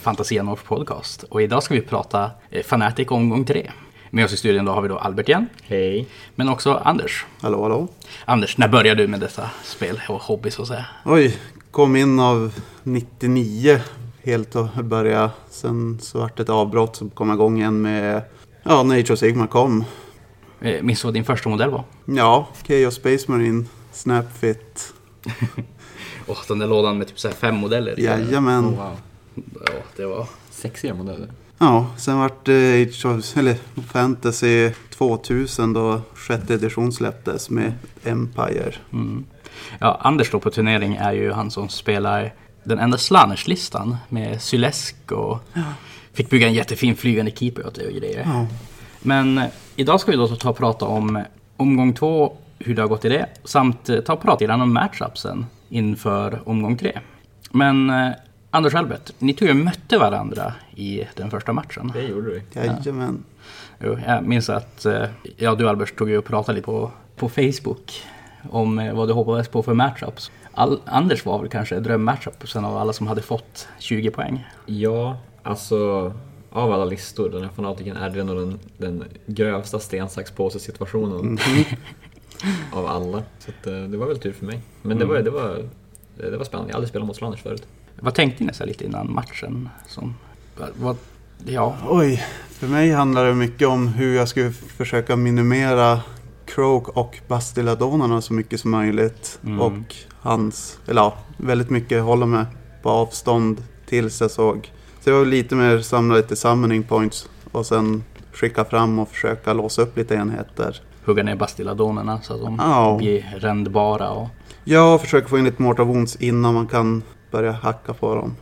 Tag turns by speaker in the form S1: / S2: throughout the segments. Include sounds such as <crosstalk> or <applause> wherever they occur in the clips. S1: Fantasianorf podcast. Och idag ska vi prata eh, Fanatic omgång 3. Med oss i studion då har vi då Albert igen,
S2: Hej.
S1: men också Anders.
S3: Hallå, hallå.
S1: Anders, när började du med dessa spel och hobby så att säga?
S3: Oj, kom in av 99 helt och börja. Sen så vart det ett avbrott så kom jag igång igen med, ja, när Age of Sigmar kom.
S1: Eh, Minns du vad din första modell var?
S3: Ja, Chaos Space Marine, Snapfit.
S1: Åh, den där lådan med typ så här fem modeller i.
S3: Jajamän.
S2: Oh, wow.
S1: Ja, det var...
S2: Sexiga modeller.
S3: Ja, sen vart det Age of, eller Fantasy 2000 då sjätte edition släpptes med Empire.
S1: Ja, Anders då på turnering är ju han som spelar den enda Slanners-listan med Sylesk och fick bygga en jättefin flygande keeper åt det och grejer.
S3: Ja.
S1: Men eh, idag ska vi då ta och prata om omgång två, hur det har gått i det, samt eh, ta och prata lite grann om matchupsen inför omgång tre. Men eh, Anders och Albert, ni två mötte varandra i den första matchen.
S2: Det gjorde du.
S3: Jajamän.
S1: Jo, jag minns att eh, ja, du Albert tog ju och pratade lite på, på Facebook om eh, vad du hoppades på för matchups. All, Anders var väl kanske drömmatchupsen av alla som hade fått 20 poäng.
S2: Ja, alltså av alla listor, den här fanatiken är det nog den, den grövsta sten, sax, påse situationen
S3: <laughs>
S2: av alla. Så att, eh, det var väl tur för mig. Men det, var, det, var, det var spännande, jag har aldrig spelat mot Slanders förut.
S1: Vad tänkte ni så här lite innan matchen? Som, vad- vad, ja,
S3: Oj, för mig handlar det mycket om hur jag skulle försöka minimera Croak och Bastiladonerna så mycket som möjligt. Och hans, eller ja, väldigt mycket hålla med på avstånd tills jag såg. Så det var lite mer samla lite summoning points och sen skicka fram och försöka låsa upp lite enheter.
S1: hugga ner bastilladonerna så att de
S3: Ja.
S1: blir rändbara. Och,
S3: Jag försöker få in lite Mortal Wounds innan man kan börja hacka på dem.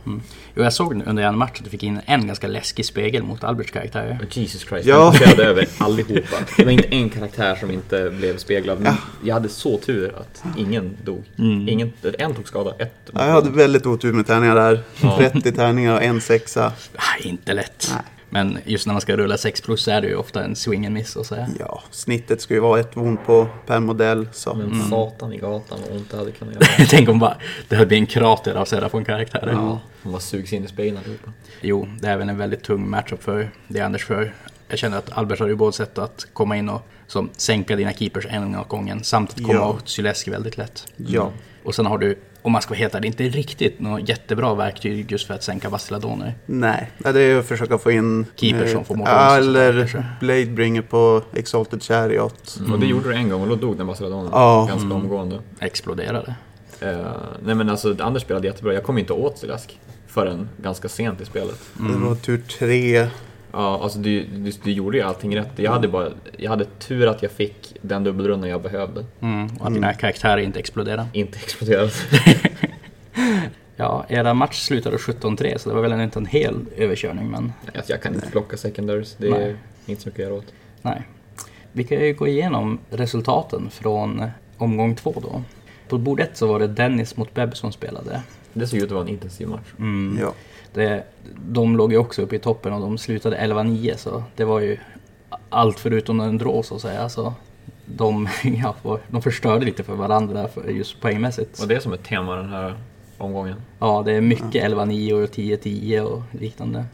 S1: jo, jag såg nu under en match att du fick in en ganska läskig spegel mot Alberts karaktär.
S2: Oh, Jesus Christ,
S3: Ja.
S2: jag körde över allihopa.
S3: <laughs>
S2: Det var inte en karaktär som inte blev speglad. Men jag hade så tur att ingen dog. Ingen, en tog skada, ett
S3: Ja, Jag hade väldigt otur med tärningar där.
S2: Ja.
S3: 30 tärningar och en sexa.
S1: Ah, inte lätt. Men just när man ska rulla 6 plus så är det ju ofta en swing and miss. Och så här.
S3: Ja, snittet ska ju vara ett wound på per modell. Så.
S2: Men satan i gatan vad ont det hade
S3: <laughs>
S2: kunnat göra.
S1: Tänk om bara, det hade blivit en krater av Serafon-karaktärer.
S2: De bara sugs in i spegeln allihopa.
S1: Jo, det är även en väldigt tung matchup för det Anders för. Jag känner att Albert har ju både sätt att komma in och som, sänka dina keepers en gång åt gången samt att komma
S3: Ja.
S1: åt Syleski väldigt lätt.
S3: Ja.
S1: Och sen har du, om man ska vara helt ärlig, inte riktigt något jättebra verktyg just för att sänka Bastilladoner.
S3: Nej, det är ju att försöka få in... eh,
S1: Keepers som får mål.
S3: Ja, Eller Bladebringer på Exalted Chariot.
S2: Och det gjorde du en gång och då dog den Barcelonadonen
S3: Ja.
S2: ganska omgående.
S1: Exploderade.
S2: Eh, nej men alltså Anders spelade jättebra, jag kom inte åt Silask förrän ganska sent i spelet.
S1: Mm.
S3: Det var tur tre.
S2: Ja, alltså du, du, du gjorde ju allting rätt. Jag hade, bara, jag hade tur att jag fick den dubbelrundan jag behövde.
S1: Mm, och att dina karaktärer inte exploderade.
S2: Inte <laughs> exploderat.
S1: Ja, era match slutade 17-3 så det var väl inte en hel överkörning men
S2: alltså, jag kan inte plocka secondaries, det är
S1: Nej.
S2: inte så mycket att göra åt.
S1: Nej. Vi kan ju gå igenom resultaten från eh, omgång två då. På bord ett så var det Dennis mot Beb som spelade.
S2: Det såg ut att vara en intensiv match.
S1: Mm.
S3: Ja.
S1: Det, de låg ju också uppe i toppen och de slutade 11-9 så det var ju allt förutom en drå så att säga. Så de, <laughs> ja, var- de förstörde lite för varandra för just poängmässigt.
S2: Och det är som ett tema den här omgången.
S1: Ja, det är mycket 11-9 och 10-10 och liknande.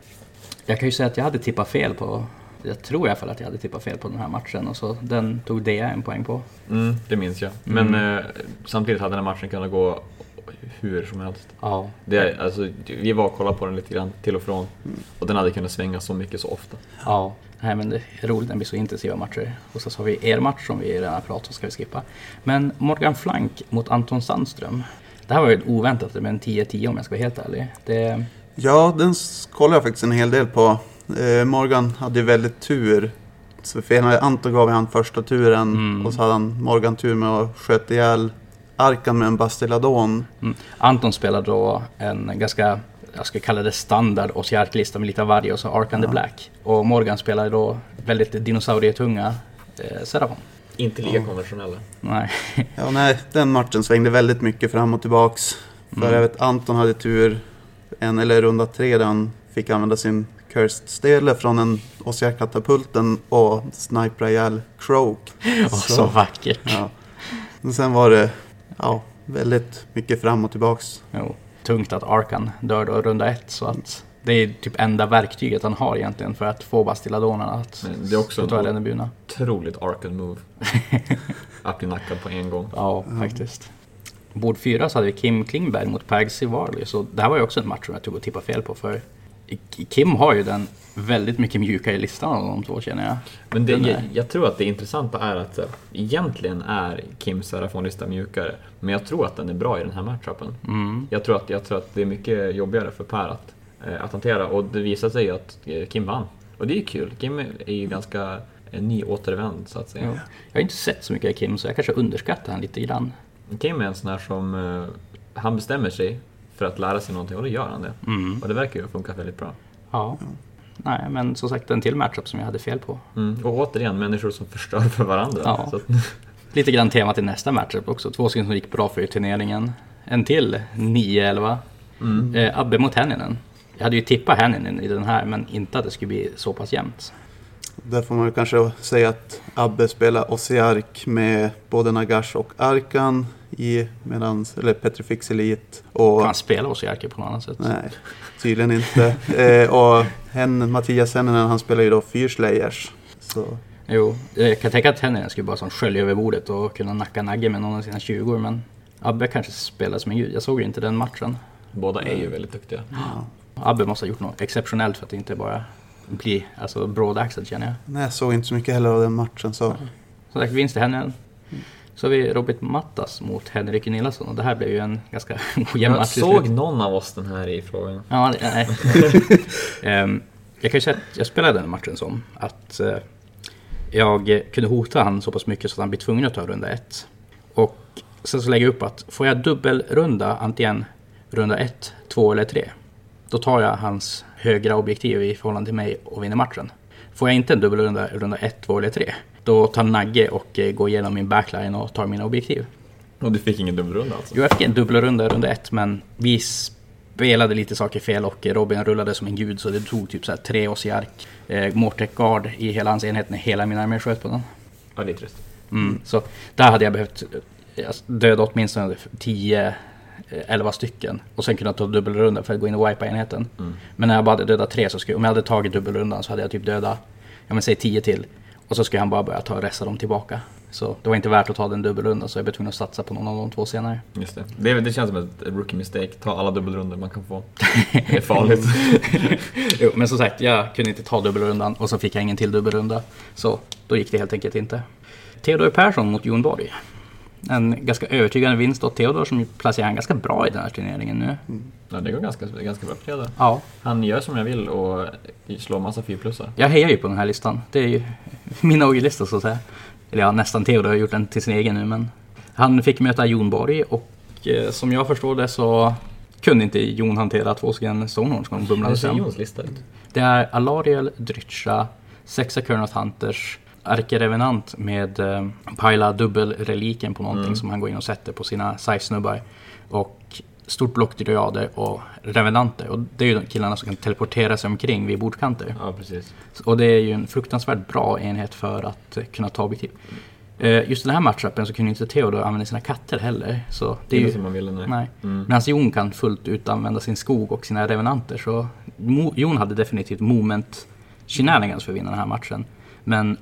S1: Jag kan ju säga att jag hade tippat fel på, jag tror i alla fall att jag hade tippat fel på den här matchen och så den tog DA en poäng på.
S2: Mm, det minns jag. Men eh, samtidigt hade den här matchen kunnat gå hur som helst.
S1: Ja,
S2: Det, är- alltså, vi var och kollade på den lite grann till och från och den hade kunnat svänga så mycket så ofta.
S1: Ja, nej, men det är roligt när det blir så intensiva matcher. Och så har vi er match som vi redan har pratat om, ska vi skippa. Men Morgan Flank mot Anton Sandström. Det här var ju oväntat med en 10-10 om jag ska vara helt ärlig. Det, mm.
S3: ja, den s- kollade jag faktiskt en hel del på. Eh, Morgan hade ju väldigt tur. Så för ena- Anton gav ju han första turen
S1: Mm.
S3: och så hade han Morgan tur med att sköt ihjäl Arkan med en Bastiladon.
S1: mm. Anton spelade då en ganska, jag skulle kalla det standard Osiark-lista med lite av varje och så Ark and the Black. Och Morgan spelade då väldigt dinosaurietunga eh, Serafon.
S2: Inte lika konventionella.
S1: <laughs> Nej.
S3: Ja, nej, den matchen svängde väldigt mycket fram och tillbaks. För jag vet, Anton hade tur en eller runda tre där han fick använda sin cursed stele från en Osiak-katapulten och snipra ihjäl Croak.
S1: Åh, så vackert.
S3: Ja. Men sen var det ja, väldigt mycket fram och tillbaks.
S1: Jo, tungt att Arkan dör då i runda ett så att Det är typ enda verktyget han har egentligen för att få Bastiladonerna att
S2: Men det är också
S1: få ta
S2: en-
S1: Rennebuna.
S2: Otroligt arcade move. Att bli nackad på en gång.
S1: Ja, faktiskt. Bord fyra så hade vi Kim Klingberg mot Pagsy Varley. Så det här var ju också en match som jag tog och tippade fel på. För Kim har ju den väldigt mycket mjukare listan av de två känner jag.
S2: Men det,
S1: Den
S2: jag,
S1: är-
S2: jag tror att det intressanta är att så här, egentligen är Kims Serafonlista mjukare, men jag tror att den är bra i den här matchupen.
S1: Mm.
S2: Jag, tror att, jag tror att det är mycket jobbigare för Per att, eh, att hantera och det visar sig att eh, Kim vann. Och det är ju kul. Kim är ju ganska eh, nyåtervänd så att säga.
S1: Ja. Jag har inte sett så mycket av Kim så jag kanske underskattar han lite grann.
S2: Kim är en sån här som eh, han bestämmer sig för att lära sig någonting och då gör han det. Och det verkar ju ha funkat väldigt bra.
S1: Mm. Ja. Nej, men som sagt en till matchup som jag hade fel på.
S2: Mm. Och återigen, människor som förstör för varandra.
S1: Ja.
S2: Så att, <laughs>
S1: Lite grann temat i nästa matchup också. Två stycken som gick bra för turneringen. En till, 9-11.
S3: Mm.
S1: Eh, Abbe mot Hänninen. Jag hade ju tippat Hänninen i den här men inte att det skulle bli så pass jämnt.
S3: Där får man ju kanske säga att Abbe spelar Ossiark med både Nagash och Arkan i medans, eller Petrifix Elite. Och,
S1: Kan han spela Osijaki på något annat sätt?
S3: nej, tydligen inte. eh, och hen, Mattias Henninen han spelar ju då Fyrslayers. Så
S1: Jo, jag kan tänka att Hänninen skulle bara som skölja över bordet och kunna nacka Nagge med någon av sina 20 men Abbe kanske spelar som en gud. Jag såg ju inte den matchen.
S2: båda är ju väldigt duktiga.
S1: Abbe måste ha gjort något exceptionellt för att inte bara bli alltså, brådaxad känner jag.
S3: nej, jag såg inte så mycket heller av den matchen. Så.
S1: Som sagt, vinst till Hänninen. Så har vi Robert Mattas mot Henrik Nilsson och det här blev ju en ganska <laughs> ojämn
S2: Jag
S1: match till
S2: såg
S1: slut.
S2: någon av oss den här i frågan.
S1: Ja, det- nej. <laughs> Ehm, jag kan ju säga att jag spelade den matchen som att eh, jag kunde hota han så pass mycket så att han blir tvungen att ta runda ett. Och sen så lägger jag upp att får jag dubbelrunda antingen runda ett, två eller tre. Då tar jag hans högra objektiv i förhållande till mig och vinner matchen. Får jag inte en dubbelrunda runda ett, två eller tre. Då tar Nagge och eh, går igenom min backline och tar mina objektiv.
S2: Och du fick ingen dubbelrunda alltså?
S1: Jo, jag fick en dubbelrunda runda ett, men vi spelade lite saker fel och Robin rullade som en gud så det tog typ så här tre oss i ark. Eh, Mortek Guard i hela hans enhet när hela min armé sköt på den.
S2: Ja, det är trist.
S1: Mm. Så där hade jag behövt eh, alltså, döda åtminstone 10, eh, 11 stycken och sen kunna ta dubbelrunda för att gå in och wipa enheten. Men när jag bara hade dödat tre så skulle, om jag hade tagit dubbelrundan så hade jag typ dödat, ja men säg 10 till. Och så skulle han bara börja ta och resta dem tillbaka. Så det var inte värt att ta den dubbelrundan så jag blev tvungen att satsa på någon av de två senare.
S2: Just det. Det, är- det känns som ett rookie mistake. Ta alla dubbelrundor man kan få. Det är farligt.
S1: <laughs> Jo, men som sagt, jag kunde inte ta dubbelrundan och så fick jag ingen till dubbelrunda. Så då gick det helt enkelt inte. Theodor Persson mot Jon Borg. En ganska övertygande vinst åt Theodor som placerar han ganska bra i den här turneringen nu.
S2: ja, det går ganska, ganska bra för Theodor.
S1: Ja,
S2: Han gör som jag vill och slår massa fyrplussar.
S1: jag hejar ju på den här listan. Det är ju <laughs> min OG-lista så att säga. Eller ja, nästan Theodor har gjort den till sin egen nu men. Han fick möta Jon Borg och eh, som jag förstår det så kunde inte Jon hantera två stycken Stonehorns som
S2: Hur
S1: bumlade
S2: ser
S1: fram.
S2: Jons lista ut?
S1: Det är Alariel, Drycha, sexa Colonel Hunters, Ärkerevenant med eh, Pajla dubbelreliken på någonting som han går in och sätter på sina sajfsnubbar. Och stort block dryader och revenanter. Och det är ju de killarna som kan teleportera sig omkring vid bordskanter.
S2: Ja, precis.
S1: Och det är ju en fruktansvärt bra enhet för att eh, kunna ta objektiv. Eh, Just den här matchupen så kunde inte Theodor använda sina katter heller. Så det är
S2: Inte
S1: ju...
S2: som man ville, Mm. nej.
S1: Nej. Medan alltså Jon kan fullt ut använda sin skog och sina revenanter. Så Mo- Jon hade definitivt moment shenanigans för att vinna den här matchen. Men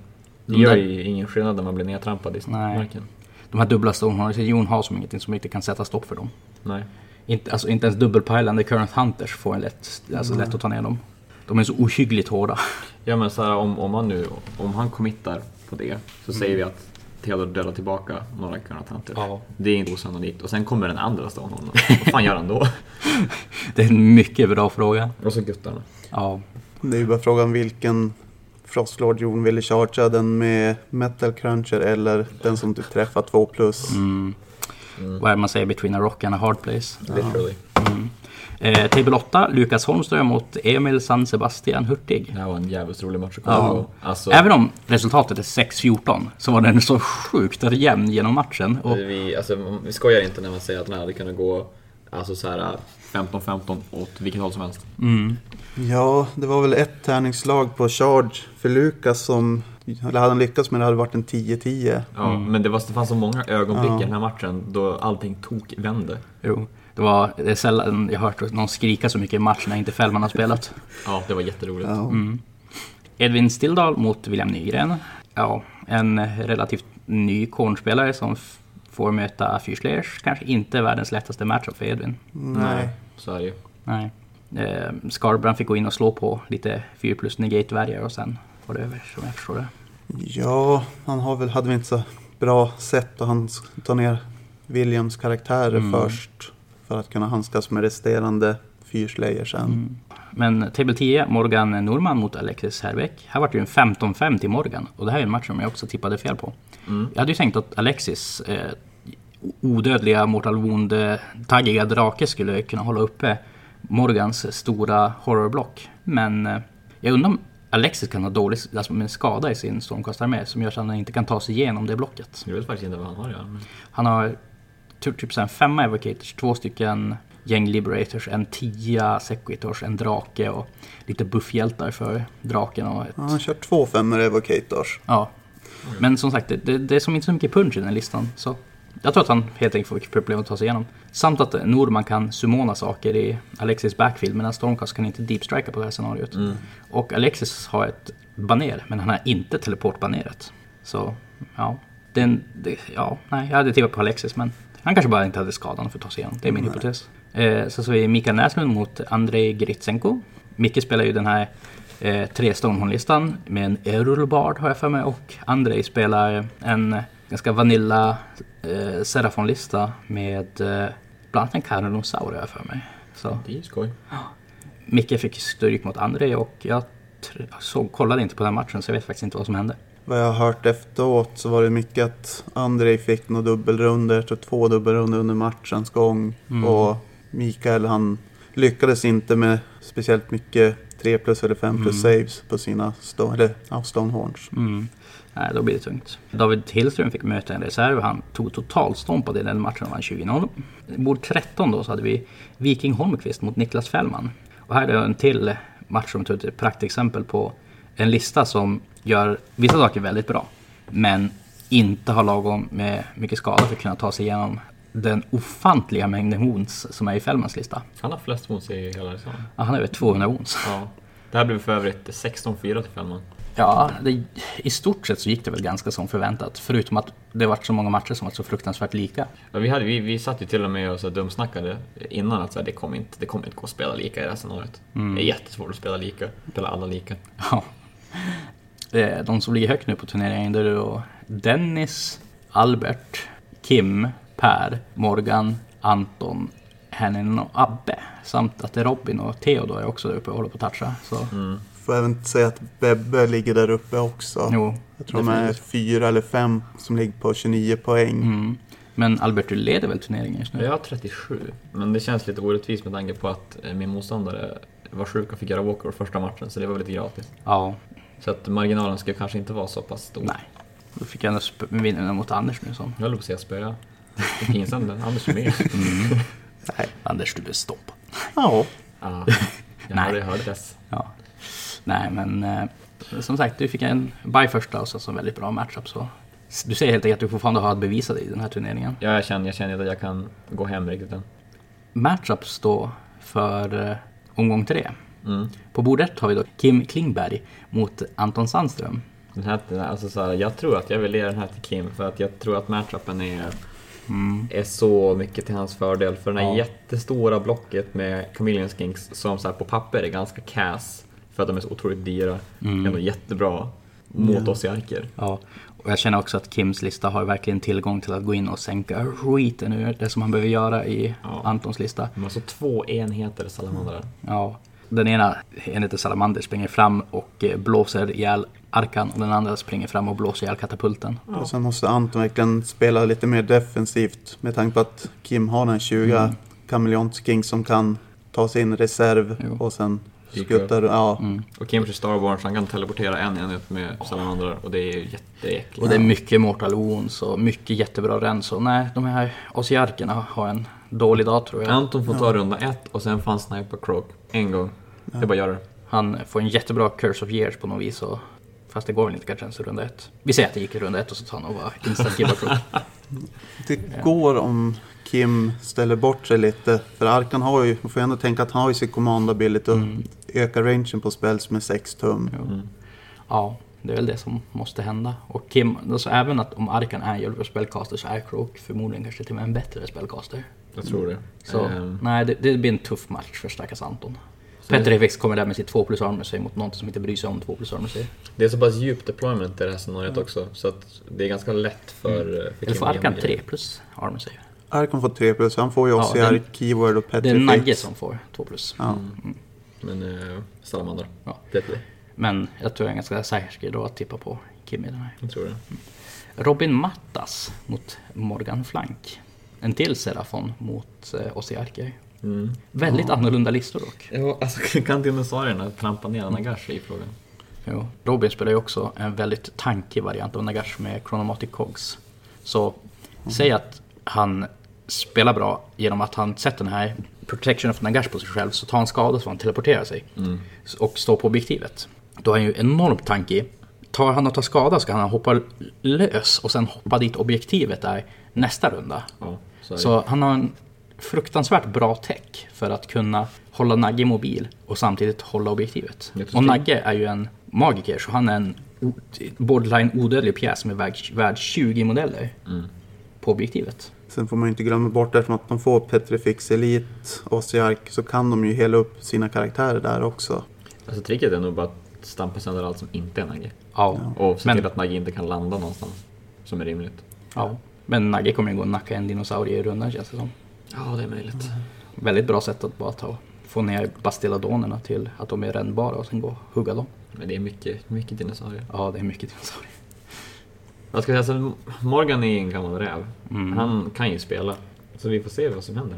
S2: Det
S1: de,
S2: gör
S1: där,
S2: ju ingen skillnad när man blir nedtrampad i
S1: Nej.
S2: marken.
S1: de här dubbla stormhornen, Jon har som ingenting som riktigt kan sätta stopp för dem.
S2: Nej.
S1: Inte, alltså, inte ens dubbelpilande Current Hunters får en lätt, alltså, lätt att ta ner dem. De är så ohyggligt hårda.
S2: Ja, men så här, om, om han nu om han committar på det så säger vi att Theodor dödar tillbaka några Curnatanter.
S1: Ja.
S2: Det är inte osannolikt. Och sen kommer den andra Stonehorn. <laughs> Vad fan gör han då?
S1: <laughs> Det är en mycket bra fråga.
S2: Och så guttarna.
S1: Ja.
S3: Det är ju bara frågan vilken Frostlord Jon ville chargea. Den med Metal Cruncher eller den som du träffar 2 plus.
S1: Mm. Vad är det man säger? Between a rock and a hard place.
S2: Literally.
S1: Eh, table 8, Lukas Holmström mot Emil San Sebastian Hurtig.
S2: Det här var en jävligt rolig match att kolla på. Alltså,
S1: Även om resultatet är 6-14 så var den så sjukt jämn genom matchen. Och,
S2: vi, alltså, vi skojar inte när man säger att den här hade kunnat gå alltså, så här, 15-15 åt vilket håll som helst.
S3: Ja, det var väl ett tärningsslag på charge för Lukas som... Eller hade han lyckats med det hade det varit en 10-10. Mm.
S2: Ja, Men det, var, det fanns så många ögonblick i den här matchen då allting tok vände.
S1: jo. Det, var, det är sällan jag hört någon skrika så mycket i match när inte Fällman har spelat.
S2: Ja, det var jätteroligt.
S3: Ja.
S1: Edvin Stilldal mot William Nygren. Ja, en relativt ny kornspelare som f- får möta Fürstleers. Kanske inte världens lättaste matchup för Edvin.
S3: Nej.
S2: Så är det ju.
S1: Nej. Eh, Scarbrand fick gå in och slå på lite 4 plus negate-värjare och sen var det över som jag förstår det.
S3: Ja, han har väl, hade väl inte så bra sätt att han tar ner Williams karaktärer först. För att kunna handskas med resterande fyrslayer sen.
S1: Men Table 10, Morgan Norman mot Alexis Herbeck. Här var det ju en 15-5 till Morgan och det här är en match som jag också tippade fel på. Jag hade ju tänkt att Alexis eh, odödliga Mortal Wound-taggiga drake skulle kunna hålla uppe Morgans stora horrorblock. Men eh, jag undrar om Alexis kan ha dålig alltså med en skada i sin stormkastararmé som gör så att han inte kan ta sig igenom det blocket.
S2: Jag vet faktiskt inte vad han har att göra. Men...
S1: Han har typ, typ så här fem evocators, två stycken gäng liberators, en tia sequitors, en drake och lite buffhjältar för draken och ett...
S3: Ja, han kör två femmor evocators.
S1: Ja. Men som sagt, det, det, det är som inte så mycket punch i den här listan. Så jag tror att han helt enkelt får problem att ta sig igenom. Samt att Norman kan summona saker i Alexis backfield medan Stormcast kan inte deepstrika på det här scenariot. Och Alexis har ett baner, men han har inte teleportbaneret. Så ja, den, det, ja nej, jag hade tippat på Alexis men han kanske bara inte hade skadan för att ta sig igenom. Det är min hypotes. Eh, så så är Mikael Näslund mot Andrei Gritsenko. Micke spelar ju den här eh, tre Stormhorn-listan med en Eurobard har jag för mig och Andrei spelar en ganska vanilla eh, Serafon-lista med eh, bland annat en Carnosaur har jag för mig. Så
S2: Det är ju skoj.
S1: Micke fick stryk mot Andrei och jag tr- såg, kollade inte på den matchen så jag vet faktiskt inte vad som hände.
S3: Vad jag har hört efteråt så var det mycket att Andrei fick några dubbelrunder, jag tror två dubbelrunder under matchens gång. Och Mikael han lyckades inte med speciellt mycket 3 plus eller 5 plus saves på sina sto- eller, ja, Stonehorns.
S1: Nej, då blir det tungt. David Hillström fick möta en reserv. Han tog totalstompad i den matchen och vann 20-0. Bord 13 då så hade vi Viking Holmqvist mot Niklas Fällman. Och här är en till match som är ett praktexempel på en lista som gör vissa saker väldigt bra. Men inte har lagom med mycket skada för att kunna ta sig igenom den ofantliga mängden wounds som är i Fällmans lista.
S2: Han har flest wounds i hela listan.
S1: Ja, han har över 200 wounds.
S2: Ja. Det här blev för övrigt 16-4 till Fällman.
S1: Ja, det, i stort sett så gick det väl ganska som förväntat. Förutom att det varit så många matcher som varit så fruktansvärt lika.
S2: Ja, vi, hade, vi, vi satt ju till och med och så här dumsnackade innan att så här, det kommer inte, det kommer inte gå att spela lika i det här scenariot.
S1: Mm.
S2: Det är jättesvårt att spela lika, spela alla lika.
S1: Ja. Eh, De som ligger högt nu på turneringen det är då Dennis, Albert, Kim, Per, Morgan, Anton, Henning och Abbe. Samt att det är Robin och Theodor är också där uppe och håller på att toucha. Så
S3: Mm. Får även säga att Bebbe ligger där uppe också.
S1: jo,
S3: jag tror de är fyra eller fem som ligger på 29 poäng.
S1: Mm. men Albert du leder väl turneringen just nu?
S2: Jag har 37, men det känns lite orättvist med tanke på att eh, min motståndare var sjuk och fick göra walkover första matchen, så det var väl lite gratis.
S1: Ja.
S2: Så att marginalen ska kanske inte vara så pass stor.
S1: Nej. Då fick jag ändå sp- vinna mot Anders nu som
S2: Jag höll på att säga spöa. Det är pinsamt, men Anders
S1: <laughs>
S2: är med.
S1: Anders du blev stoppad.
S3: Ja,
S2: Ah, jag
S1: Nej.
S2: hörde, jag hörde dess.
S1: Ja. Nej, men eh, som sagt, du fick en bye första och sen så en väldigt bra matchup. Så. Du säger helt enkelt att du fortfarande har att bevisa dig i den här turneringen.
S2: Ja, jag känner, jag känner inte att jag kan gå hem riktigt än.
S1: Matchups då för eh, omgång tre. På bordet har vi då Kim Klingberg mot Anton Sandström.
S2: Den här, den här- alltså så här, jag tror att jag vill ge den här till Kim för att jag tror att matchupen är,
S1: Mm.
S2: är så mycket till hans fördel. För det här jättestora blocket med Chameleon Skinks som så här på papper är ganska cass för att de är så otroligt dyra. Mm. Ändå jättebra mot oss i arker.
S1: Ja, och jag känner också att Kims lista har verkligen tillgång till att gå in och sänka skiten ur det som han behöver göra i
S2: Ja.
S1: Antons lista.
S2: De har så två enheter salamandrar.
S1: Ja, den ena enheten salamander springer fram och eh, blåser ihjäl arkan och den andra springer fram och blåser ihjäl katapulten.
S3: och sen måste Anton verkligen spela lite mer defensivt med tanke på att Kim har den 20 mm. kameleontsking som kan ta sin reserv
S1: Jo.
S3: och sen
S2: Dyker upp.
S3: skuttar ja.
S1: Mm.
S2: Och Kim kör Starborn så han kan teleportera en enhet med salamandrar och det är ju jätteäckligt.
S1: Och det är mycket Mortal Wounds och mycket jättebra rens. Och nej, de här osiarkerna har en dålig dag tror jag.
S2: Anton får ta runda ett och sen får han snipa Croak en gång. Det är bara att göra det.
S1: Han får en jättebra Curse of Years på något
S2: <laughs>
S1: vis. Och, fast det går väl inte kanske ens i runda ett. Vi säger att det gick i runda ett och så tar han och bara instant give a crook.
S3: Det går om Kim ställer bort sig lite. För Arkan har ju, man får ju ändå tänka att han har ju sin command ability och
S1: Mm.
S3: ökar rangen på spells med 6 tum.
S2: Mm.
S1: Ja, det är väl det som måste hända. Och Kim, alltså även att om Arkan är en hjälp av spellcaster så är Croak förmodligen kanske till och med en bättre spellcaster.
S2: Jag tror det.
S1: Så
S2: Ehm,
S1: nej, det, det blir en tuff match för stackars Anton.
S2: så
S1: Petter
S2: det,
S1: Efex kommer där med sitt 2 plus armor sig mot någon som inte bryr sig om 2 plus armor sig.
S2: det är så pass djupt deployment i det här scenariot också så att det är ganska lätt för... eh, för
S1: Eller får
S2: Kim att
S1: Arkan
S2: ge-
S1: 3 plus armor sig?
S3: Arkan får 3 plus, han får ju
S1: Ja,
S3: OCR,
S1: den-
S3: keyword och
S1: Det är Nagge
S3: petrific.
S1: som Mm. får 2 plus.
S3: Ja.
S2: Men eh, Salamandra.
S1: Ja.
S2: Det blir det.
S1: Men jag tror jag är ganska säker då att tippa på Kim i den här.
S2: Jag tror det.
S1: Robin Mattas mot Morgan Flank. En till Serafon mot eh, Osiarker.
S2: Mm.
S1: Väldigt annorlunda listor dock.
S2: Ja, alltså <laughs> kan dinosaurierna trampa ner Nagash i frågan?
S1: Jo. Robin spelar ju också en väldigt tankig variant av Nagash med Chronomatic Cogs. Så säg att han spelar bra genom att han sätter den här Protection of Nagash på sig själv så tar han skada så han teleporterar sig S- och står på objektivet. Då är han ju enormt tankig. Tar han och tar skada ska han hoppa lös och sen hoppa dit objektivet är nästa runda.
S2: Ja, så är det.
S1: Så han har en fruktansvärt bra tech för att kunna hålla Nagge mobil och samtidigt hålla objektivet.
S2: Jag förstår.
S1: Och Nagge är ju en magiker så han är en o- borderline odödlig pjäs med värd, värd 20 modeller på objektivet.
S3: Sen får man ju inte glömma bort eftersom att de får Petrifix Elite, Ossiark, så kan de ju hela upp sina karaktärer där också.
S2: Alltså tricket är nog bara att stampa sönder allt som inte är Nagge.
S1: Ja.
S2: Och se
S1: Men-
S2: till att Nagge inte kan landa någonstans som är rimligt.
S1: ja. Men Nagge kommer ju gå och nacka en dinosaurie i rundan känns det som.
S2: Ja, det är möjligt.
S1: Väldigt bra sätt att bara ta och få ner bastilladonerna till att de är rändbara och sen gå och hugga dem.
S2: Men det är mycket, mycket dinosaurier.
S1: Ja, det är mycket dinosaurier.
S2: Jag ska säga, alltså, Morgan är en gammal räv. Han kan ju spela. Så vi får se vad som händer.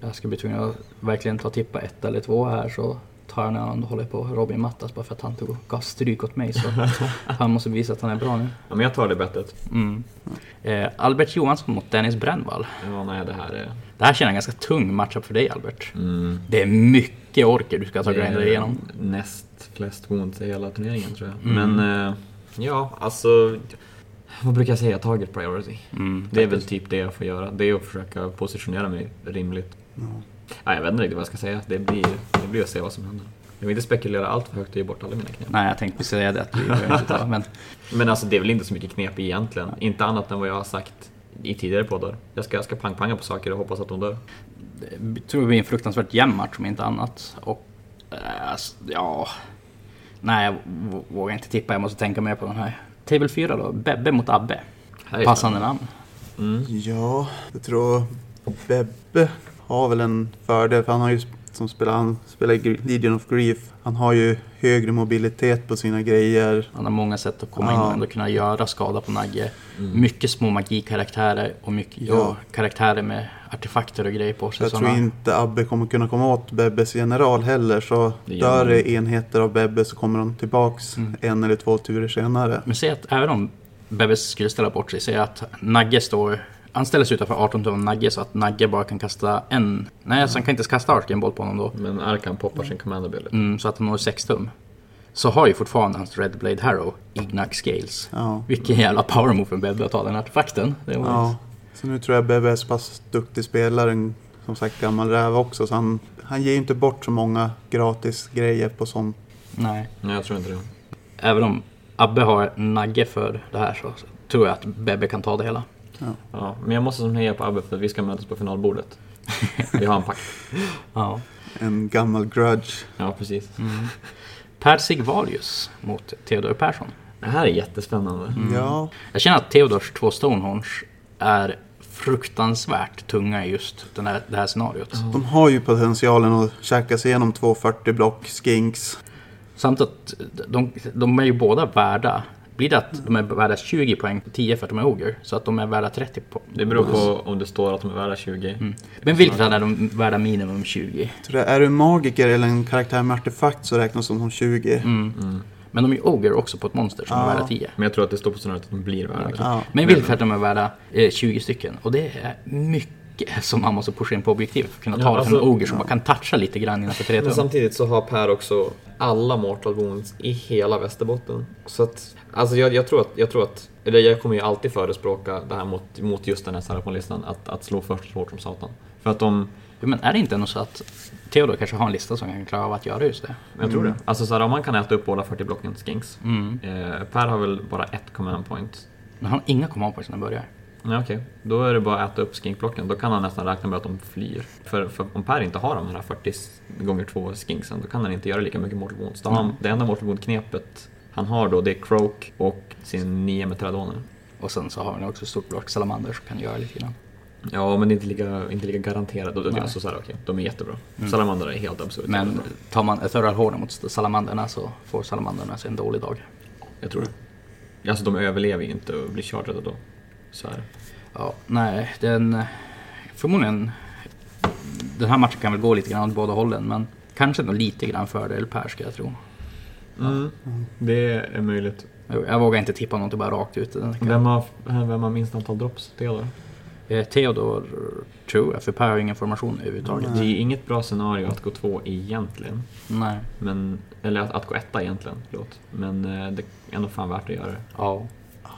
S1: Jag ska bli tvungen att verkligen ta tippa ett eller två här så tar jag när han håller på Robin Mattas bara för att han tog och gav stryk åt mig <laughs> så han måste visa att han är bra nu.
S2: Ja, men jag tar det bettet.
S1: Mm. Eh, Albert Johansson mot Dennis Brännvall.
S2: Ja, nej, det här är...
S1: Det här känner jag ganska tung matchup för dig Albert.
S2: Mm,
S1: Det är mycket orker du ska ta och
S2: det är
S1: grinda igenom.
S2: Eh,
S1: Mm.
S2: Näst flest wounds i hela turneringen tror jag. Men eh, ja, alltså... Vad brukar jag säga? Target priority.
S1: Mm.
S2: Det är väl typ det jag får göra. Det är att försöka positionera mig rimligt. Nej, jag vet inte riktigt vad jag ska säga. Det blir, det blir att se vad som händer. Jag vill inte spekulera allt för högt och ge bort alla mina knep.
S1: Nej, jag tänkte säga det att vi behöver inte ta, men
S2: Men alltså det är väl inte så mycket knep egentligen. Inte annat än vad jag har sagt i tidigare poddar. Jag ska, jag ska pangpanga på saker och hoppas att de dör.
S1: det tror jag blir en fruktansvärt jämn match om inte annat. Och eh, alltså, ja... Nej, jag v- vågar inte tippa. Jag måste tänka mer på den här. Table 4 då, Bebbe mot Abbe.
S2: Här är
S1: Passande namn.
S3: Ja, jag tror Bebbe har väl en fördel för han har ju sp- som spelar, han spelar i Gr- Legion of Grief. Han har ju högre mobilitet på sina grejer.
S1: Han har många sätt att komma in
S3: Ja. Mm.
S1: och ändå kunna göra skada på Nagge. Mycket små magikaraktärer och mycket
S3: Ja.
S1: och karaktärer med artefakter och grejer på sig.
S3: Jag
S1: Så
S3: tror
S1: han har-
S3: inte Abbe kommer kunna komma åt Bebbes general heller så
S2: Det gör
S3: dör
S2: han Mm.
S3: det enheter av Bebbe så kommer de tillbaks en eller två turer senare.
S1: Men säg att även om Bebbe skulle ställa bort sig, säg att Nagge står... Han ställer sig utanför 18 tum av Nagge så att Nagge bara kan kasta en... Nej, alltså han kan inte ens kasta en boll på honom då.
S2: Men Arkan poppar sin command ability.
S1: Mm, så att han når 6 tum. Så har ju fortfarande hans Red Blade Harrow Ignax Scales.
S3: Ja.
S1: Vilken jävla power move för Bebbe att ta den artefakten. Det var
S3: Ja. Så nu tror jag Bebbe är så pass duktig spelare, en, som sagt gammal räv också, så han, han ger ju inte bort så många gratis grejer på sånt.
S1: Nej.
S2: Nej, jag tror inte det.
S1: Även om Abbe har Nagge för det här så tror jag att Bebbe kan ta det hela.
S2: Ja, men jag måste som heja på Abbe för vi ska mötas på finalbordet. Vi har en <laughs> pakt.
S1: Ja.
S3: En gammal grudge.
S2: Ja, precis.
S1: Per Sigvalius mot Theodor Persson.
S2: Det här är jättespännande.
S3: Ja,
S1: Jag känner att Theodors två Stonehorns är fruktansvärt tunga i just den här, det här scenariot.
S3: de har ju potentialen att käka sig igenom 240 block skinks.
S1: Samt att de, de är ju båda värda. Blir det att de är värda 20 poäng, 10 för att de är oger, så att de är värda 30 poäng.
S2: Det beror på om det står att de är värda 20.
S1: Men vilket fall är de värda minimum 20?
S3: Så det, är du magiker eller en karaktär med artefakt så räknas de som 20.
S1: Men de är ju oger också på ett monster som är
S3: Ja.
S1: värda 10.
S2: Men jag tror att det står på scenariot att de blir värda det.
S3: Ja.
S1: Men i vilket fall är de är värda eh, 20 stycken. Och det är mycket <laughs> som man måste pusha in på objektivet för att kunna ta
S2: Ja,
S1: det från en
S2: alltså-
S1: oger som bara kan toucha lite grann innanför 3
S2: Men
S1: tum.
S2: samtidigt så har Per också alla mortal wounds i hela Västerbotten. Så att, alltså jag, jag, tror, att, jag tror att eller jag kommer ju alltid förespråka det här mot, mot just den här Sarapon-listan, att, att slå först så hårt som satan. För att de,
S1: Jo, Men är det inte ändå så att Theodor kanske har en lista som kan klara av att göra just det?
S2: jag tror det. Alltså så här, om man kan äta upp båda 40 blocken skinks. Eh, per har väl bara ett command point.
S1: Men han har inga command points när han börjar.
S2: Nej okej, då är det bara att äta upp skinkblocken. Då kan han nästan räkna med att de flyr. För, för om Per inte har de här 40 gånger 2 skinksen, då kan han inte göra lika mycket mortal wounds. Då har han, det enda mortal wound-knepet han har då, det är croak och sin 9 med teradoner.
S1: Och sen så har han också ett stort block salamander som kan göra lite grann.
S2: Ja, men det är inte lika, inte lika garanterat. Och det-
S1: Nej.
S2: Alltså, så här, okej, de är jättebra. Salamandrar är helt absurt.
S1: Men
S2: jättebra.
S1: tar man Ethereal Horn mot salamanderna så får salamanderna sig en dålig dag.
S2: Jag tror det. Alltså de överlever ju inte och blir chargade då. Så här.
S1: Ja, nej, den... Förmodligen... Den här matchen kan väl gå lite grann åt båda hållen, men kanske ändå lite grann fördel Per ska jag tro.
S2: Mm. Det är möjligt.
S1: Jag jag vågar inte tippa något bara rakt ut. Den kan-
S2: Vem har, vem har minst antal drops? Det då?
S1: Eh, Theodor tror jag, för Per har ingen formation överhuvudtaget.
S2: Det är inget bra scenario att gå två egentligen.
S1: Nej.
S2: Men, eller att, att gå etta egentligen, förlåt. Men eh, det är nog fan värt att göra det.
S1: Ja.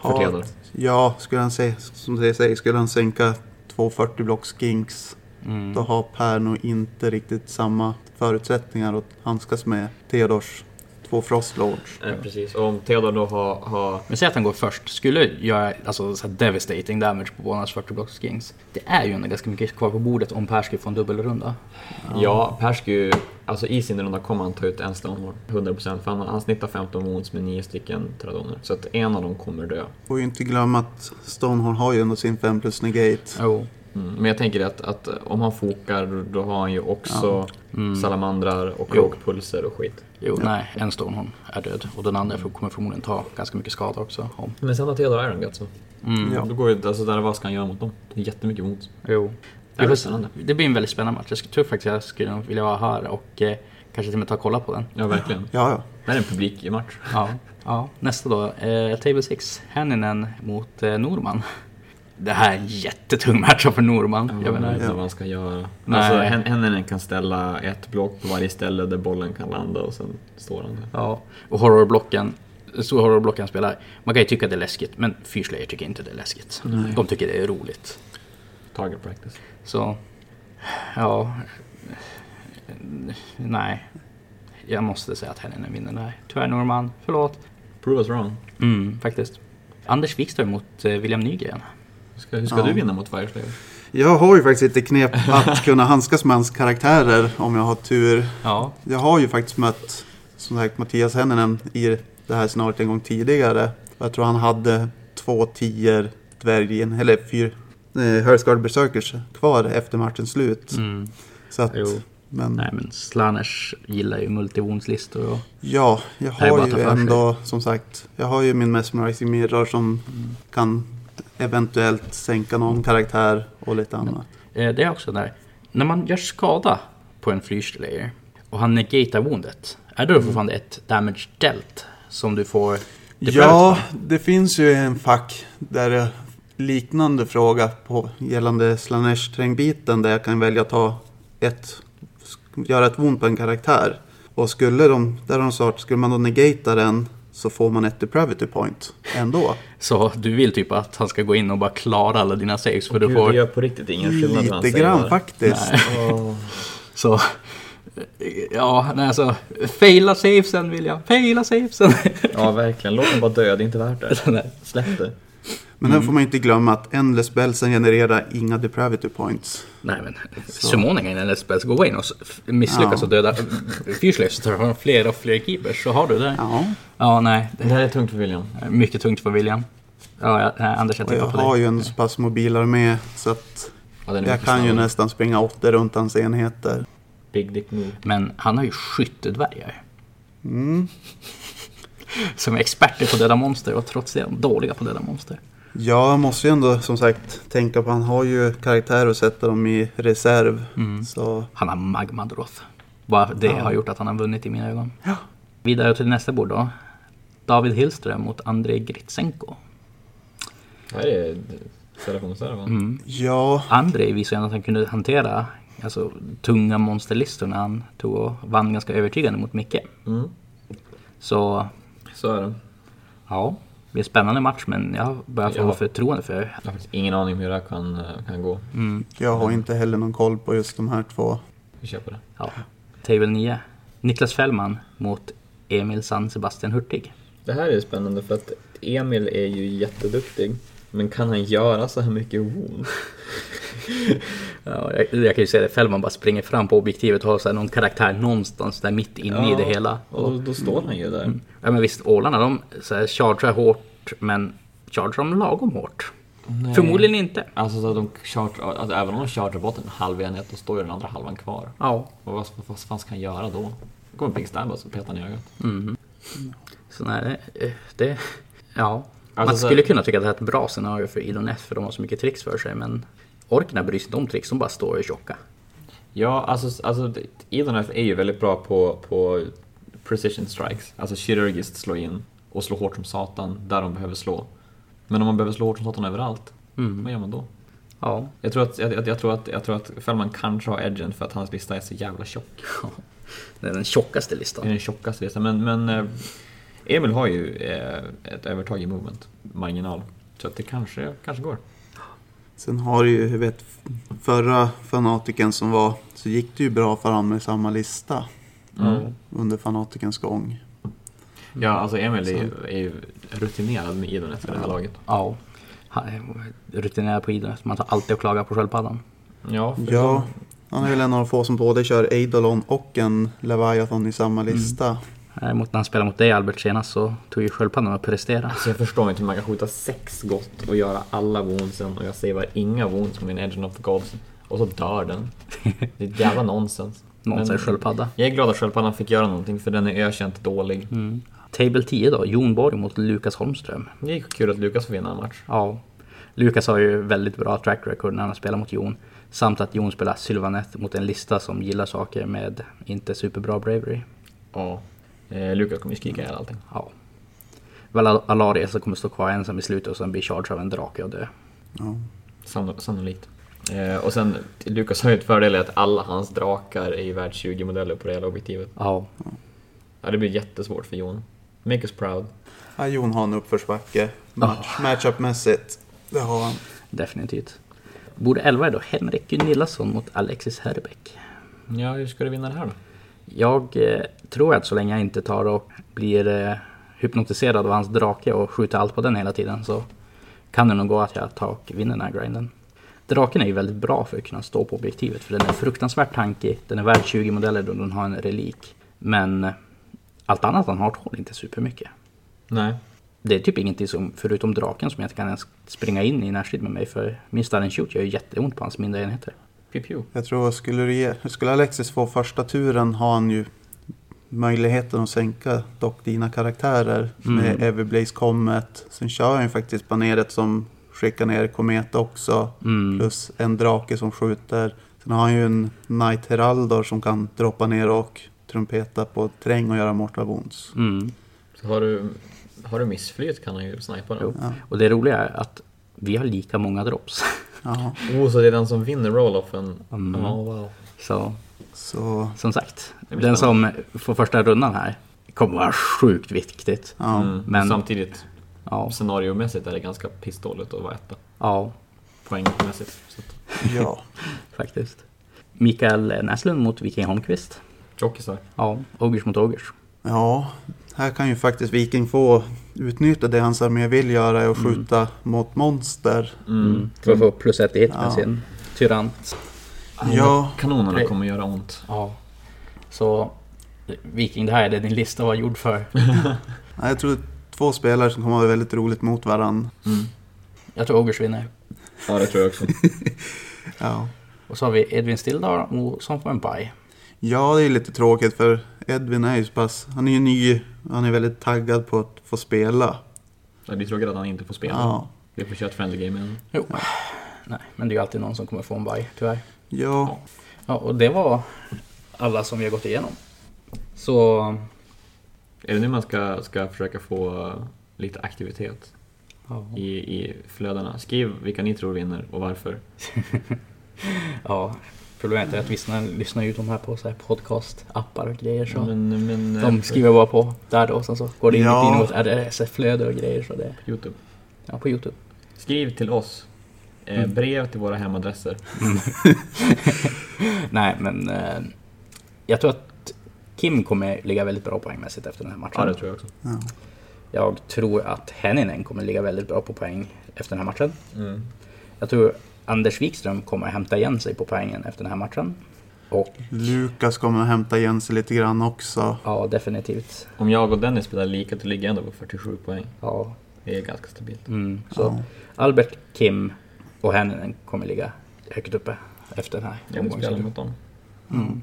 S2: För Theodor.
S3: Ja, skulle han säga, som det säger, skulle han sänka 240 block skinks
S1: Mm.
S3: då har Per nog inte riktigt samma förutsättningar att handskas med Theodors två Frostlords.
S2: Eh, precis, och om Theodor då har... har
S1: Men säg att han går först, skulle göra alltså, så här devastating damage på bådas 40 blocks skins. Det är ju ändå ganska mycket kvar på bordet om Per skulle få en dubbelrunda.
S2: ja, Per ska ju... Alltså i sin runda kommer han ta ut en stonewall. 100% för han, han snittar 15 wounds med 9 stycken tradoner. Så att en av dem kommer dö.
S3: Får ju inte glömma att Stonehorn har ju ändå sin 5 plus negate.
S1: Jo.
S2: Mm. Men jag tänker att, att om han fokar då har han ju också salamandrar och
S1: Jo.
S2: krokpulser och skit.
S1: Jo, nej, en Stonehorn är död och den andra får- kommer förmodligen ta ganska mycket skada också. Om.
S2: Men sen har Theodor Iron Guts så.
S1: Mm.
S3: Ja.
S2: Då går ju, alltså där, vad ska han göra mot dem? Det är jättemycket ont.
S1: Jo.
S2: Det är
S1: Det,
S2: spännande.
S1: det blir en väldigt spännande match. Jag skulle- tror faktiskt jag skulle nog vilja vara här och eh, kanske till och med ta och kolla på den.
S2: Ja, verkligen.
S3: Ja, ja.
S2: Det här är en publikmatch.
S1: Ja. ja. Nästa då, eh, Table 6, Hänninen mot eh, Norman. Det här är en jättetung match för Norman.
S2: Jag
S1: jag
S2: vet
S1: menar,
S2: inte vad han ska göra.
S1: Nej.
S2: Alltså, Hen- Henninen kan ställa ett block på varje ställe där bollen kan landa och sen står han där.
S1: Ja, och horrorblocken. Så horrorblocken spelar. Man kan ju tycka att det är läskigt, men fyrslöjor tycker inte det är läskigt. De tycker det är roligt.
S2: Target practice.
S1: Så, ja. Nej. Jag måste säga att Helena vinner det här. Tyvärr Norman, förlåt.
S2: Prove us wrong.
S1: Mm, faktiskt. Anders Wikström mot eh, William Nygren.
S2: Hur ska, hur ska
S3: Ja.
S2: du vinna mot Fireslayer?
S3: Jag har ju faktiskt lite knep
S1: <laughs>
S3: att kunna handskas med hans karaktärer om jag har tur.
S1: Ja.
S3: Jag har ju faktiskt mött som sagt Mattias Henninen i det här scenariot en gång tidigare. Jag tror han hade två tior dvärgen, eller fyra eh, Hurlsguard Berserkers kvar efter matchens slut.
S1: Mm.
S3: Så att,
S1: Jo.
S3: men
S1: Nej men Slaners gillar ju multivonslistor och...
S3: ja, jag
S1: Det är bara
S3: har
S1: att ta
S3: ju
S1: för sig. Mm.
S3: ändå som sagt, jag har ju min Mesmerizing Mirror som kan eventuellt sänka någon karaktär och lite annat.
S1: Eh, det är också där. När man gör skada på en flyrslayare och han negatar woundet, är
S3: Mm.
S1: det då fortfarande ett damage delt som du får? det
S3: Ja,
S1: prövat
S3: det finns ju en fack där det liknande fråga på gällande slanesh biten där jag kan välja att ta ett, göra ett wound på en karaktär. Och skulle de, där har de sagt, skulle man då negata den så får man ett depravity point ändå.
S1: för? Så du vill typ att han ska gå in och bara klara alla dina saves för du får...
S2: gör på riktigt ingen skillnad hur han
S3: Lite
S2: säger
S3: grann
S2: det.
S3: faktiskt.
S2: Åh.
S1: Så... eh, Ja, nej alltså. Faila savesen vill jag. Faila savesen. <laughs>
S2: Ja, verkligen. Låt dem bara dö, det är inte värt <laughs> det.
S1: Nej.
S2: Släpp det.
S3: Men
S2: Mm.
S3: den får man ju inte glömma att endless bellsen genererar inga depravity points.
S1: nej men. Summoningen eller spels gå in och s- misslyckas och döda fyrslayer så tar han fler och fler keepers. Så har du det.
S3: Ja,
S1: Ja, nej.
S2: Det här är tungt för William.
S1: Mycket tungt för William. Ja, jag, nej, Anders, jag
S3: och jag
S1: tittar på
S3: har
S1: dig.
S3: ju en så pass mobil armé så att
S2: Ja, den är
S3: jag
S2: mycket
S3: kan ju
S2: snabbare.
S3: nästan springa åtta runt hans enheter.
S2: Big dick move.
S1: Men han har ju skyttedvärgar.
S3: Mm.
S1: <laughs> Som är experter på döda monster och trots det är de dåliga på döda monster.
S3: Ja, jag måste ju ändå som sagt tänka på han har ju karaktärer att sätta dem i reserv.
S2: Mm.
S3: Så
S1: Han har magmadroth. Bara det har gjort att han har vunnit i mina ögon.
S3: Ja.
S1: Vidare till nästa bord då. David Hillström mot Andrei Gritsenko.
S2: Här är Serafon-Serafon.
S3: Mm. ja,
S1: Andrei visade ändå att han kunde hantera alltså, tunga monsterlistor när han tog och vann ganska övertygande mot Micke.
S2: Mm.
S1: Så
S2: Så är det.
S1: ja, blir en spännande match, men jag börjar få
S2: Ja.
S1: förtroende för
S2: Jag har faktiskt ingen aning om hur det här kan, eh, kan gå.
S1: mm,
S3: Jag har inte heller någon koll på just de här två.
S2: Vi kör på det.
S1: ja, Table 9. Niklas Fällman mot Emil San Sebastian Hurtig.
S2: Det här är spännande för att Emil är ju jätteduktig. Men kan han göra så här mycket wound?
S1: Ja, jag, jag kan ju säga det, Fällman bara springer fram på objektivet och har så här någon karaktär någonstans där mitt inne <laughs> i det hela.
S2: Och då, då står han ju där.
S1: Ja men visst, ålarna de så här, chargear hårt, men chargear de lagom hårt?
S2: Nej.
S1: Förmodligen inte.
S2: Alltså så att de charter, alltså, även om de charter bort en halv enhet, då står ju den andra halvan kvar.
S1: Ja.
S2: Och vad, vad, vad fan ska han göra då? Då kommer Pink Stab och så petar han i ögat.
S1: Så nej, det... det ja. Man
S2: Alltså, så-
S1: skulle kunna tycka att det här är ett bra scenario för Idoneth för de har så mycket tricks för sig, men orkerna bryr sig inte om tricks, de bara står och är tjocka.
S2: Ja, alltså, alltså Idoneth är ju väldigt bra på, på precision strikes. Alltså kirurgiskt slå in och slå hårt som satan där de behöver slå. Men om man behöver slå hårt som satan överallt,
S1: Mm.
S2: vad gör man då?
S1: Ja.
S2: Jag tror att, jag, jag, jag tror att, jag tror att Fällman kanske har edgen för att hans lista är så jävla tjock.
S1: Det är den tjockaste
S2: Det är
S1: listan.
S2: den tjockaste listan. Men, men eh, Emil har ju eh, ett övertag i movement, marginal. Så att det kanske, kanske går.
S3: Sen har det ju, jag vet, förra fanatiken som var, så gick det ju bra för han med samma lista
S2: Mm.
S3: under fanatikens gång.
S2: Ja, alltså Emil är ju, är ju rutinerad med Idonet för det här laget.
S1: Ja. Han är Rutinerad på Idoneth, man tar alltid och klagar på sköldpaddan.
S2: Ja, för
S3: Ja, han är väl en av de få som både kör Eidolon och en Leviathan i samma lista.
S1: Däremot när han spelade Eh, mot dig Albert senast så tog ju sköldpaddan att prestera.
S2: Så jag förstår inte hur man kan skjuta sex gott och göra alla woundsen och jag savar inga wounds med min Edge of Gods och så dör den. Det är ett jävla nonsens.
S1: <laughs> Någon säger
S2: Men
S1: sköldpadda.
S2: Jag är glad att sköldpaddan fick göra någonting för den är ökänt dålig.
S1: Table 10 då, Jon Borg mot Lukas Holmström.
S2: Det är kul att Lukas får vinna en match.
S1: Ja. Lukas har ju väldigt bra track record när han spelar mot Jon. Samt att Jon spelar Sylvaneth mot en lista som gillar saker med inte superbra bravery.
S2: Ja. Eh, Lukas kommer ju skrika ihjäl allting.
S1: Ja. Väl Al- Alaria som kommer stå kvar ensam i slutet och sen blir charged av en drake och dö.
S3: Ja.
S2: Sanno- Sannolikt. Eh, och sen, Lukas har ju ett fördel i att alla hans drakar är ju värd 20 modeller på det hela objektivet.
S1: Ja.
S2: Ja, det blir jättesvårt för Jon. Make us proud.
S3: Ja, Jon har en uppförsbacke match, matchupmässigt. Ah. Det har han.
S1: Definitivt. Borde 11 är då Henrik Gunillason mot Alexis Herbeck.
S2: Ja, hur ska du vinna det här då?
S1: Jag eh, tror att så länge jag inte tar och blir eh, hypnotiserad av hans drake och skjuter allt på den hela tiden så kan det nog gå att jag tar och vinner den här grinden. Draken är ju väldigt bra för att kunna stå på objektivet för den är fruktansvärt tankig. Den är värd 20 modeller då den har en relik. Men eh, allt annat han har tål inte supermycket.
S2: Nej.
S1: Det är typ ingenting som, förutom draken, som jag inte kan ens springa in i närstrid med mig för min starren shoot gör ju jätteont på hans mindre enheter.
S2: Pew pew.
S3: Jag tror, skulle, det ge, skulle Alexis få första turen har han ju möjligheten att sänka dock dina karaktärer med Everblaze Comet. Sen kör han ju faktiskt baneret som skickar ner Komet också.
S1: Mm.
S3: Plus en drake som skjuter. Sen har han ju en Knight Heraldor som kan droppa ner och trumpeta på terräng och göra mortal wounds.
S1: Mm.
S2: Så har du, har du missflyt kan han ju snipa den.
S1: Jo. Och det roliga är att vi har lika många drops. <laughs>
S3: Ja,
S2: Oh, så det är den som vinner roll-offen? Mm. Ja, wow.
S1: Så
S3: så...
S1: som sagt,
S2: blir
S1: den som får första rundan här kommer vara sjukt viktigt.
S3: Ja.
S2: Mm.
S1: Men-
S2: Samtidigt,
S1: Ja,
S2: scenariomässigt är det ganska pissdåligt att vara etta.
S1: ja
S2: Poängmässigt. Så att,
S3: ja.
S1: faktiskt. Mikael Näslund mot Viking Holmqvist.
S2: tjockisar.
S1: Ja, Ogers mot Ogers.
S3: Ja, här kan ju faktiskt Viking få utnyttja det hans armé vill göra är att skjuta mot monster.
S1: Mm. För att få plus ett i hit med
S3: Ja.
S1: sin tyrant.
S3: Ja,
S2: Kanonerna
S1: Det-
S2: kommer göra ont.
S1: Ja. Så Viking, det här är det din lista var gjord för.
S3: nej, jag tror två spelare som kommer att ha väldigt roligt mot varandra.
S1: Mm. Jag tror Ogers vinner.
S2: Ja, det tror jag också.
S3: Ja.
S1: Och så har vi Edvin Stilldar och- som får en bye.
S3: ja, det är lite tråkigt för Edvin är ju så pass, han är ju ny, han är väldigt taggad på att få spela.
S2: Ja, det är tråkigt att han inte får spela.
S3: Ja,
S2: Vi får köra ett friendly game igen.
S1: Jo. Nej, men det är ju alltid någon som kommer få en bye, tyvärr.
S3: ja,
S1: Ja, och det var alla som vi har gått igenom. Så,
S2: Är det nu man ska, ska försöka få lite aktivitet
S1: ja.
S2: i, i flödena? Skriv vilka ni tror vinner och varför.
S1: ja. Problemet är att vissa lyssnar ju de här på så här podcast-appar och grejer. Så
S2: Men, men, eh,
S1: de skriver bara på där då, och sen så går det in
S3: Ja.
S1: ja. i något RSS-flöde och grejer. Så det,
S2: på Youtube.
S1: ja, på Youtube.
S2: Skriv till oss. Eh,
S1: Mm.
S2: brev till våra hemadresser.
S1: <laughs> Nej, men eh, jag tror att Kim kommer ligga väldigt bra poängmässigt efter den här matchen.
S2: Ja, det tror jag också.
S3: Ja.
S1: Jag tror att Henninen kommer ligga väldigt bra på poäng efter den här matchen.
S2: Mm.
S1: Jag tror Anders Wikström kommer hämta igen sig på poängen efter den här matchen. Och
S3: Lukas kommer att hämta igen sig lite grann också.
S1: ja, definitivt.
S2: Om jag och Dennis spelar lika, då ligger jag ändå på 47 poäng.
S1: Ja,
S2: Det är ganska stabilt.
S1: mm. Så
S3: Ja.
S1: Albert, Kim och Henninen kommer ligga högt uppe efter den här
S2: Jag vill spela
S1: omgången. Mm.
S2: mot dem.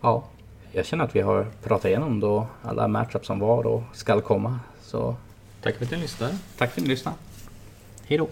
S1: Ja, jag känner att vi har pratat igenom då alla matchups som var och skall komma. Så
S2: Tack för att ni lyssnade.
S1: tack för att ni lyssnade. Hej då!